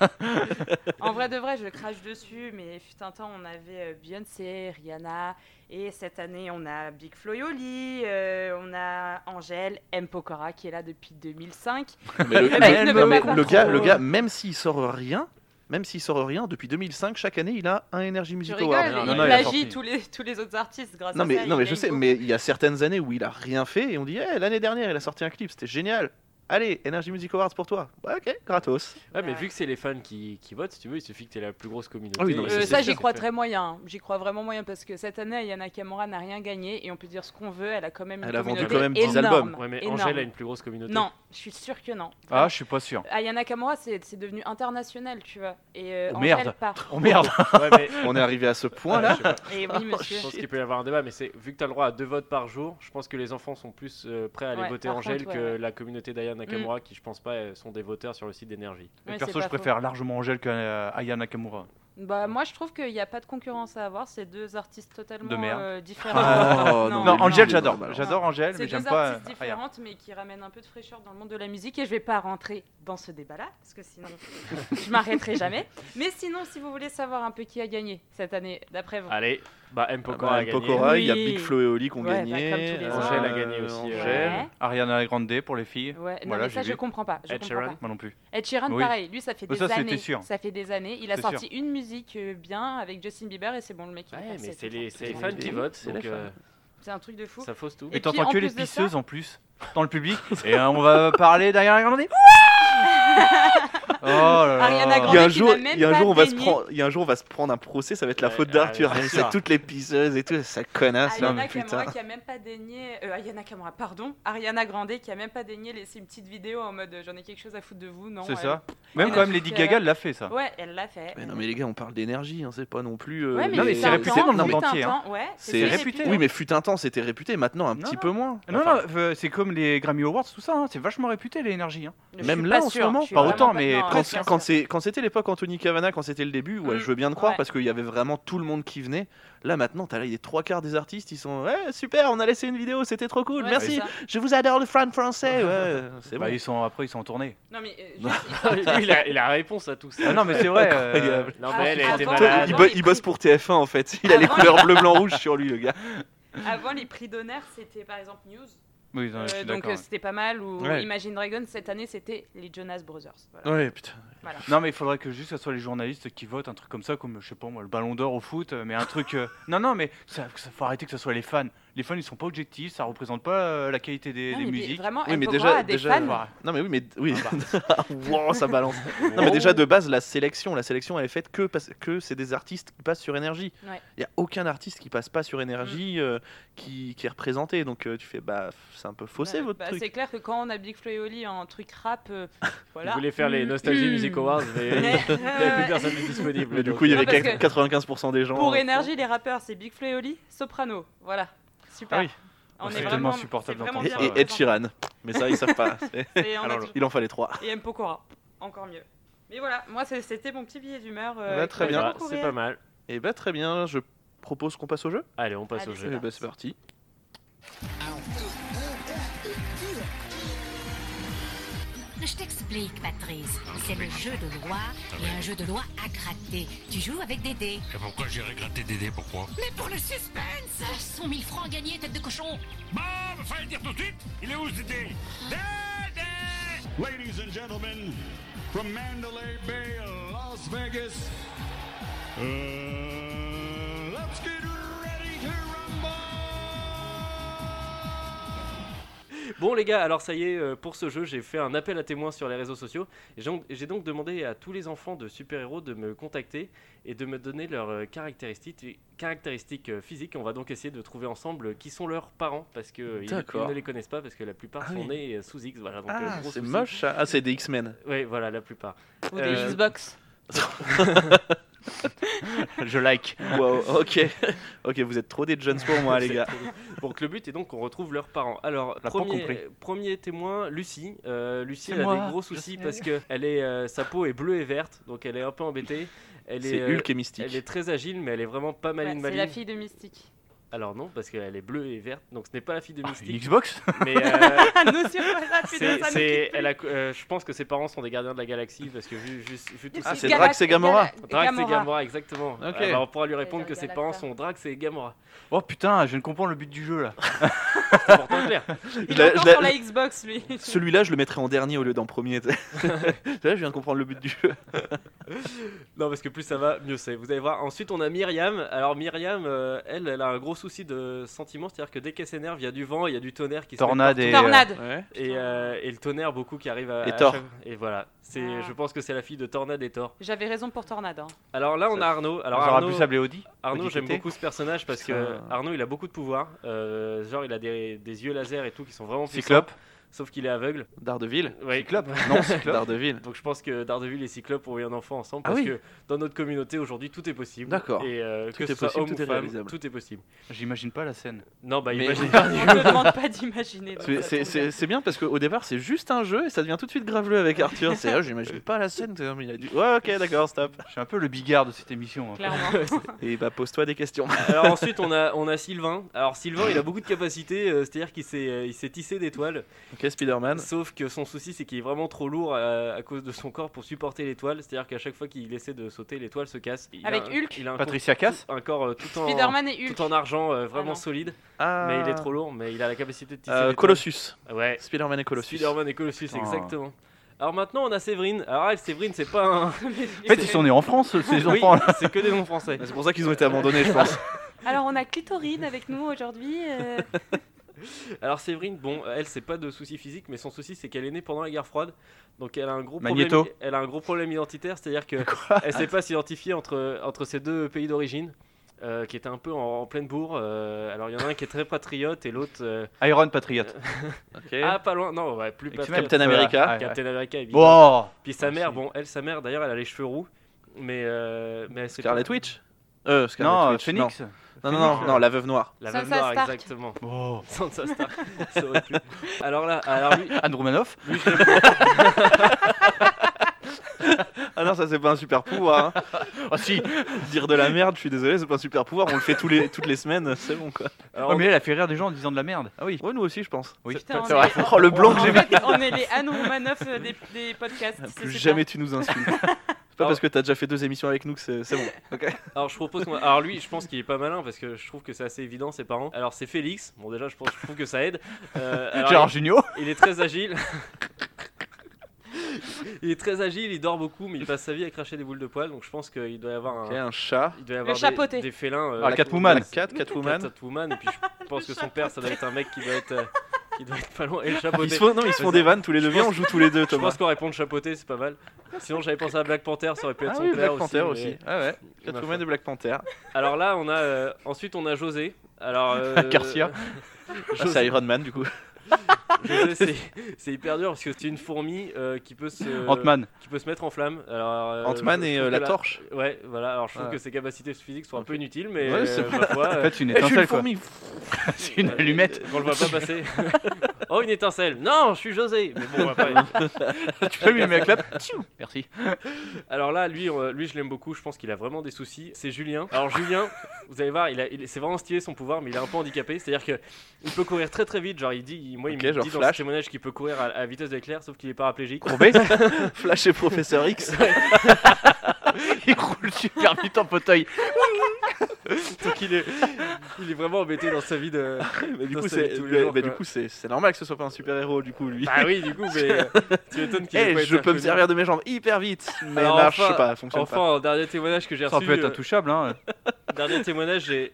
En vrai de vrai, je crache dessus, mais fut un temps, on avait euh, Beyoncé, Rihanna, et cette année, on a Big Flo et Oli, euh, on a Angèle, M. Pokora, qui est là depuis 2005. Mais le, Le mec le- ne non, veut mais pas le trop. gars, le gars, même s'il sort rien, même s'il sort rien, depuis 2005, chaque année, il a un Energy Je Music rigole, Award. non, il non, il a plagie sorti. tous les, tous les autres artistes grâce Non à ça. mais, il non, mais gagne je sais, beaucoup. mais il y a certaines années où il a rien fait et on dit Eh, l'année dernière il a sorti un clip, c'était génial. Allez, Energy Music Awards pour toi. Bah, ok, gratos. Ouais, mais Ouais. vu que c'est les fans qui, qui votent, si tu veux, il suffit que t'aies la plus grosse communauté. Ah oui, non, mais Euh, c'est ça, sûr. j'y crois très moyen. J'y crois vraiment moyen parce que cette année, Ayana Kamura n'a rien gagné et on peut dire ce qu'on veut. Elle a quand même une Elle a vendu communauté quand même 10 énorme, albums. Ouais, mais énorme. Angèle a une plus grosse communauté. Non, je suis sûre que non. Ah, je suis pas sûr. Ayana Kamura, c'est c'est devenu international, tu vois. Et euh, Oh, Angèle merde. pas. Oh merde Ouais, mais. On est arrivé à ce point là. Et oui, monsieur. Je pense qu'il peut y avoir un débat, mais c'est vu que tu as le droit à deux votes par jour, je pense que les enfants sont plus euh, prêts à aller Ouais, voter par Angèle contre, ouais, Mm. que ouais. la communauté d'Ayana Nakamura, qui je pense pas euh, sont des voteurs sur le site d'énergie. Et Ouais, c'est Perso, pas je faux. préfère largement Angèle qu'Aya Nakamura. Bah, moi, je trouve qu'il n'y a pas de concurrence à avoir. C'est deux artistes totalement De merde. euh, différents. Oh, Non, mais non, Angèle, bah, non, j'adore. non, non. J'adore Angèle, C'est mais deux j'aime artistes pas euh, Aya. différentes, mais qui ramènent un peu de fraîcheur dans le monde de la musique. Et je vais pas rentrer dans ce débat-là, parce que sinon, je m'arrêterai jamais. Mais sinon, si vous voulez savoir un peu qui a gagné cette année, d'après Ah, vous. Allez, bah M. Pokora Bah, a gagné. Pokora, il y a Oui. Big Flo et Oli qui ont Ouais, bah, gagné. comme tous les euh, ans. Angèle a gagné aussi, euh, Angèle. Ouais. Ariana Grande pour les filles. Ouais, non, Voilà, mais ça, j'ai je vu. comprends pas. Je Ed comprends Sheeran. pas. Moi non plus. Ed Sheeran, Oui. pareil. Lui, ça fait Mais des ça, c'était années. sûr. Ça fait des années. Il a C'est sorti une musique euh, bien avec Justin Bieber et c'est bon, le mec. il est Ouais, passé, mais c'est tout les, ça. c'est les c'est fans les- qui votent, c'est donc les euh, C'est un truc de fou. ça fausse tout. Et puis, t'entends en que les plus de ça- pisseuses en plus dans le public. Et euh, on va parler d'Ariana Grande. oh là là. Ariana Ah. Il y a un Grande qui jour, n'a même il y a un pas jour, on va se gagné. prendre, il y a un jour, on va se prendre un procès, ça va être la Ouais, faute ouais, d'Arthur. bien Ah, sûr. C'est toutes les pisseuses et tout, ça connasse. là, hein, Ariana mais putain. Kamura qui a même pas daigné. euh, Ariana Kamura, pardon. Ariana Grande qui a même pas daigné laisser une petite vidéo en mode euh, j'en ai quelque chose à foutre de vous, non C'est elle- ça. Même Et quand même le Lady truc, Gaga euh, l'a fait ça. Ouais, elle l'a fait. Mais non, mais les gars, on parle d'énergie, hein, c'est pas non plus. euh, Ouais, mais Non, mais fut c'est un réputé temps- dans le monde fut un entier, hein. temps, ouais, C'est c'était réputé. Oui, mais fut un temps, c'était réputé. Maintenant, un Non, petit non. peu moins. Non, Enfin, non, euh, c'est comme les Grammy Awards, tout ça, hein, c'est vachement réputé les énergies. hein. Je suis même pas là, en ce sûre, moment, je suis pas vraiment autant, mais non, quand- je Quand, suis pas quand sûre. c'est- quand c'était l'époque Anthony Cavana, quand c'était le début, ouais, Mm. je veux bien le croire Ouais. parce qu'il y avait vraiment tout le monde qui venait. Là maintenant, t'as là les trois quarts des artistes, ils sont ouais super, on a laissé une vidéo, c'était trop cool, Ouais, c'est merci, ça. je vous adore le fan français, ouais, c'est Bah, bon. ils sont après ils sont en tournée. Non, mais euh, Lui, il, a, il a la réponse à tout ça. Ah non mais c'est vrai. euh, Incroyable. Non, Ah, mais elle, elle ah, était bon. malade. il, avant bo- les il bosse prix. pour TF1 en fait, il a les Avant- couleurs bleu blanc rouge sur lui le gars. juste, avant les prix d'honneur, c'était par exemple News. Oui, non, je euh, suis donc d'accord. euh, c'était pas mal. Ou Ouais. Imagine Dragon, cette année, c'était les Jonas Brothers. Voilà. Ouais putain. Voilà. Ah, Non mais il faudrait que juste ce soit les journalistes qui votent un truc comme ça comme je sais pas moi le Ballon d'Or au foot euh, mais un truc euh, non non mais ça, ça- faut arrêter que ce soit les fans. Les fans ils sont pas objectifs, ça représente pas euh, la qualité des, Non, des mais des- musiques. Vraiment, Oui, M. mais Pokora déjà- a des déjà, fans. Voilà. Non mais oui mais oui. Wow, ça balance. Non mais déjà de base la sélection, la sélection elle est faite que parce que c'est des artistes qui passent sur énergie. Il Ouais. Mm. y a aucun artiste qui passe pas sur énergie euh, qui, qui est représenté donc euh, tu fais bah c'est un peu faussé Ouais, votre bah, C'est truc. clair que quand on a Big Flo et Oli en truc rap, euh, Il voilà. voulait faire les Nostalgie Music Awards, mais il y Mm. Mais, avait plus euh, personne de disponible. Mais du donc, euh, coup il y Non, avait parce quat- que- 95% des gens. Pour euh, énergie, les rappeurs, c'est Big Flo et Oli, Soprano. Voilà. Super. Ah oui. On C'est est tellement vraiment insupportable c'est d'entendre Et, vraiment ça, bien et Ed Sheeran. Mais ça ils savent pas. C'est- représenté. Et on a Alors, dit- Il en fallait trois. et M. Pokora, encore mieux. Mais voilà, moi c'est- c'était mon petit billet d'humeur. euh, Ouais, très eh qui bien. m'a bah, beaucoup C'est rire. pas mal. Et bah très bien, je propose qu'on passe au jeu. Allez, on passe au Allez, Eh jeu. bah, c'est parti. Je t'explique, Patrice. C'est le jeu de loi et un jeu de loi à gratter. Tu joues avec des dés. Et pourquoi j'irai gratter Dédé Pourquoi Mais pour le suspense 100 000 francs gagnés, tête de cochon Bon, fallait dire tout de suite Il est où Dédé Dédé Ladies and gentlemen, from Mandalay Bay, Las Vegas, uh, let's get ready to Bon les gars, alors ça y est, euh, pour ce jeu, j'ai fait un appel à témoins sur les réseaux sociaux. Et j'ai donc- J'ai donc demandé à tous les enfants de super-héros de me contacter et de me donner leurs euh, caractéristiques, caractéristiques euh, physiques. On va donc essayer de trouver ensemble euh, qui sont leurs parents, parce qu'ils D'accord. ne les connaissent pas, parce que la plupart Ah sont oui. nés euh, sous X. Voilà, donc, euh, Ah, gros c'est souci. moche ça. Ah, c'est des X-Men. Oui, voilà, la plupart. Ou des Euh, Xbox. Je like. Wow, ok. ok, vous êtes trop des Jones pour moi, les gars. Donc le but est donc qu'on retrouve leurs parents. Alors pas compris. premier, premier témoin, Lucie. Euh, Lucie, C'est elle a moi, des gros je soucis sais. parce que elle est, euh, sa peau est bleue et verte, donc elle est un peu embêtée. Elle est, C'est euh, Hulk et elle Mystique. est très agile, mais elle est vraiment pas Ouais, maline c'est la maline. fille de Mystique. Alors non, parce qu'elle est bleue et verte, donc ce n'est pas la fille Ah, de Mystique. une Xbox Mais euh, Ah, Nous, c'est pas ça, depuis c'est- deux années c'est- elle a- euh, je pense que ses parents sont des gardiens de la galaxie parce que vu, vu- vu tout Ah, ça- c'est Drax et Gamora. Drax et Gamora. Gamora, exactement. Ok. Alors, on pourra lui Et répondre dans que ses Galacta. parents sont Drax et Gamora. Oh putain, je ne comprends le but du jeu là. C'est pourtant clair. Je l'ai- je l'ai- Xbox, lui. Celui-là, je le mettrais en dernier au lieu d'en premier. tu sais. Là, je viens de comprendre le but du jeu. Non, parce que plus ça va, mieux c'est. Vous allez voir. Ensuite, on a Myriam. Alors, Myriam, euh, elle, elle a un gros souci de sentiment. C'est-à-dire que dès qu'elle s'énerve, il y a du vent, il y a du tonnerre qui se met Tornade partout. et, Tornade. euh, ouais. Et, euh, et le tonnerre, beaucoup qui arrive à. Et à Thor. chaque- Et voilà. C'est, Ah. Je pense que c'est la fille de Tornade et Thor. J'avais raison pour Tornado. hein. Alors là, on a Arnaud. Alors J'aurais Arnaud, pu s'appeler Audi. Arnaud, Audi j'aime TT. beaucoup ce personnage parce que Putain. Arnaud, il a beaucoup de pouvoir. Euh, genre, il a des, des yeux laser et tout qui sont vraiment puissants. Cyclope. Bah, Sauf qu'il est aveugle. Daredevil. Ouais. Cyclope. Non, Cyclope. Daredevil. Donc je pense que Daredevil et Cyclope ont eu un enfant ensemble Ah parce oui. que dans notre communauté aujourd'hui tout est possible. D'accord. Et euh, Tout que est ce soit possible, homme tout ou est femme, réalisable. tout est possible. J'imagine pas la scène. Non, bah Mais- imagine pas. On te demande pas d'imaginer, donc C'est- ça C'est tombe bien. c'est- c'est bien parce qu'au départ, c'est juste un jeu et ça devient tout de suite graveleux avec Arthur. C'est là, j'imagine pas la scène. tu vois, mais il a dit, ouais, ok, d'accord, stop. Je suis un peu le bigard de cette émission. hein. Clairement. Et bah, pose-toi des questions. Alors ensuite on a on a Sylvain. Alors Sylvain il a beaucoup de capacités, euh, c'est-à-dire qu'il s'est euh, il s'est tissé d'étoiles. Ok, Spider-Man. Sauf que son souci c'est qu'il est vraiment trop lourd euh, à, à cause de son corps pour supporter l'étoile, c'est-à-dire qu'à chaque fois qu'il essaie de sauter l'étoile se casse. Il a Avec un- Hulk il a un Patricia corps- Cass tout- un corps euh, tout en Spider-Man et Hulk. tout en argent euh, vraiment Ah non. solide. Ah. Mais il est trop lourd, mais il a la capacité de tisser Euh, d'étoiles. Colossus. Ouais. Spider-Man et Colossus. Spider-Man et Colossus, Putain. exactement. Alors maintenant, on a Séverine. Alors, elle, Séverine, c'est pas un. en fait, ils sont nés en France, ces enfants-là. C'est que des noms français. C'est pour ça qu'ils ont été abandonnés, je pense. Alors, on a Clitoride avec nous aujourd'hui. euh, Alors, Séverine, bon, elle, c'est pas de souci physique, mais son souci, c'est qu'elle est née pendant la guerre froide. Donc, elle a un gros Magnéto. problème. Elle a un gros problème identitaire, c'est-à-dire que elle sait pas s'identifier entre, entre ces deux pays d'origine. euh, qui étaient un peu en, en pleine bourre. euh, alors il y en a un qui est très patriote et l'autre. euh, Iron Patriot. Ah, pas loin. Non, ouais, plus X-Men. patriote. Captain America. Ouais, Captain ouais. America, évidemment. Wow. Puis sa mère, bon, elle, sa mère, d'ailleurs, elle a les cheveux roux. Mais, euh, mais elle sait Scarlet pas- Witch Euh, Scarlet Non, Witch, Phoenix. Non, non, non, non, Phoenix, non, euh, la veuve noire. La Sansa veuve noire, Stark. exactement. Oh. Sansa Stark. ça aurait pu. Alors là, alors lui. Anne Romanoff lui, je l'aime. Ah non, ça c'est pas un super pouvoir. hein. Ah si Dire de la merde, je suis désolé, c'est pas un super pouvoir. On le fait tous les, toutes les semaines, c'est bon quoi. Ouais, mais elle a fait rire des gens en disant de la merde. Ah oui. Ouais, nous aussi, je pense. Oui, putain, c'est on vrai. est- Oh, le blanc on- que en j'ai fait, mis. On est les Anne Romanoff euh, des, des podcasts. c'est Plus super. jamais tu nous insultes. C'est pas parce que t'as déjà fait deux émissions avec nous que c'est c'est bon. Alors je propose qu'on- Alors lui, je pense qu'il est pas malin parce que je trouve que c'est assez évident ses parents. Alors c'est Félix. Bon déjà, je pense, je trouve que ça aide. Euh, alors, Gérard il- Jugnot. Il est très agile. Il est très agile, il dort beaucoup, mais il passe sa vie à cracher des boules de poils, donc je pense qu'il doit y avoir un, Ok, un chat. il doit y avoir Le des- chapeauté. des, félins. euh, Ah, Catwoman. Cat, Catwoman. Catwoman, et puis je pense que son père, ça doit être un mec qui doit être, euh, qui doit être pas loin. Et le chapeauté. Ils se font- non, ils se font des vannes tous les deux. Je Viens, pense- on joue tous les deux, Je Thomas. pense qu'on répond de chapeauté, c'est pas mal. Sinon, j'avais pensé à Black Panther, ça aurait pu être Ah son oui, père Black Panther mais- aussi. Ah ouais. Il m'a Catwoman fait- et Black Panther. Alors là, on a euh, ensuite on a José. Alors euh, Garcia. Ah, José- c'est Iron Man du coup. José, c'est- c'est hyper dur parce que c'est une fourmi euh, qui peut se Ant-Man. qui peut se mettre en flamme. Alors euh, Ant-Man je- je et, trouve euh, que la torche. Ouais, voilà. Alors je trouve Ouais. que ses capacités physiques sont un peu inutiles, mais Ouais, c'est- euh, ma foi, En fait, c'est une Eh, je suis étincelle, quoi. fourmi. C'est une allumette. On le voit pas passer. oh, une étincelle. Non, je suis José. Mais bon, on va pas. Tu peux lui mettre la- Tchou. Merci. Alors là, lui, euh, lui, je l'aime beaucoup. Je pense qu'il a vraiment des soucis. C'est Julien. Alors Julien, vous allez voir, il a, il- c'est vraiment stylé son pouvoir, mais il est un peu handicapé. C'est-à-dire que il peut courir très très vite. Genre, il dit, il- moi, Ok, il me genre dit dans Flash. ses témoignages qu'il peut courir à, à vitesse d'éclair, sauf qu'il est paraplégique. Courbé. Flash et Professeur X. Il roule super vite en fauteuil. Donc il est, il est vraiment embêté dans sa vie de. Bah, du dans coup, sa vie de c'est tous les jours, bah, du quoi. coup, c'est- c'est normal que ce soit pas un super héros du coup lui. Bah oui, du coup, mais euh, tu m'étonnes qu'il ait Eh, pas été je peux me reconnu. servir de mes jambes hyper vite, mais Alors, marche, enfin- je sais pas, fonctionne Enfin, pas. un dernier témoignage que j'ai Ça reçu. peut être euh, intouchable, hein. Dernier témoignage, j'ai.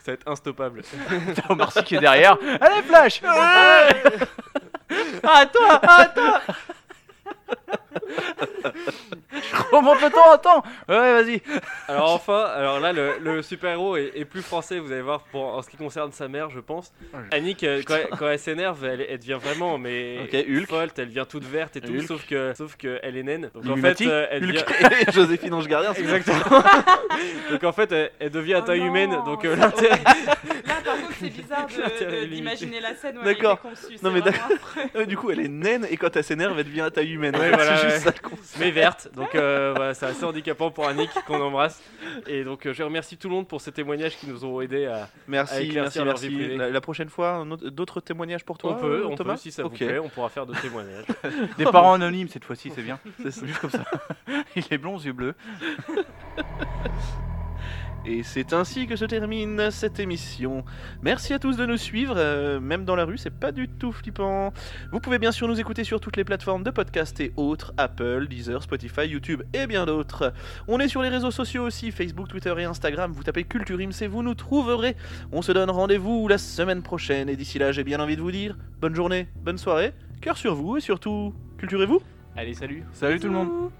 Ça va être instoppable. T'as Omar Sy qui est derrière. Allez, Flash À toi À toi Je remonte le temps, attends Ouais, vas-y Alors enfin, alors là, le, le super-héros est, est plus français, vous allez voir, pour, en ce qui concerne sa mère, je pense. Annick, euh, quand, elle- quand elle s'énerve, elle, elle devient vraiment mais Ok, Hulk. folle, elle devient toute verte et tout, Hulk. sauf que sauf que elle est naine. Donc en fait, Illuminati, euh, elle devient... Hulk et Joséphine Ange Gardien, c'est Exactement. donc en fait, euh, elle, elle devient à Oh taille non, humaine, donc euh, c'est l'intérêt... horrible. Là, par contre, c'est bizarre de- L'intérêt de- est limité. d'imaginer la scène où elle a été D'accord. conçue. Non c'est mais vraiment d'accord. Euh, du coup, elle est naine et quand elle s'énerve, elle devient à taille humaine. Ouais, C'est voilà, juste ouais. ça le concept. mais verte, donc Donc euh, voilà, c'est assez handicapant pour Annick qu'on embrasse. Et donc euh, je remercie tout le monde pour ces témoignages qui nous ont aidés à, à Merci, merci, éclaircir leur vie merci. privée. La, la prochaine fois, un autre- d'autres témoignages pour toi on peut, euh, on Thomas peut, si ça Ok. vous plaît, on pourra faire d'autres témoignages. Des parents anonymes cette fois-ci, c'est bien. C'est ça. Juste comme ça. Il est blond, aux yeux bleus. Et c'est ainsi que se termine cette émission. Merci à tous de nous suivre, euh, même dans la rue, c'est pas du tout flippant. Vous pouvez bien sûr nous écouter sur toutes les plateformes de podcast et autres, Apple, Deezer, Spotify, YouTube et bien d'autres. On est sur les réseaux sociaux aussi, Facebook, Twitter et Instagram. Vous tapez Culture Ims et vous nous trouverez. On se donne rendez-vous la semaine prochaine et d'ici là, j'ai bien envie de vous dire bonne journée, bonne soirée, cœur sur vous et surtout, culturez-vous. Allez, salut Salut tout le monde. Bisous.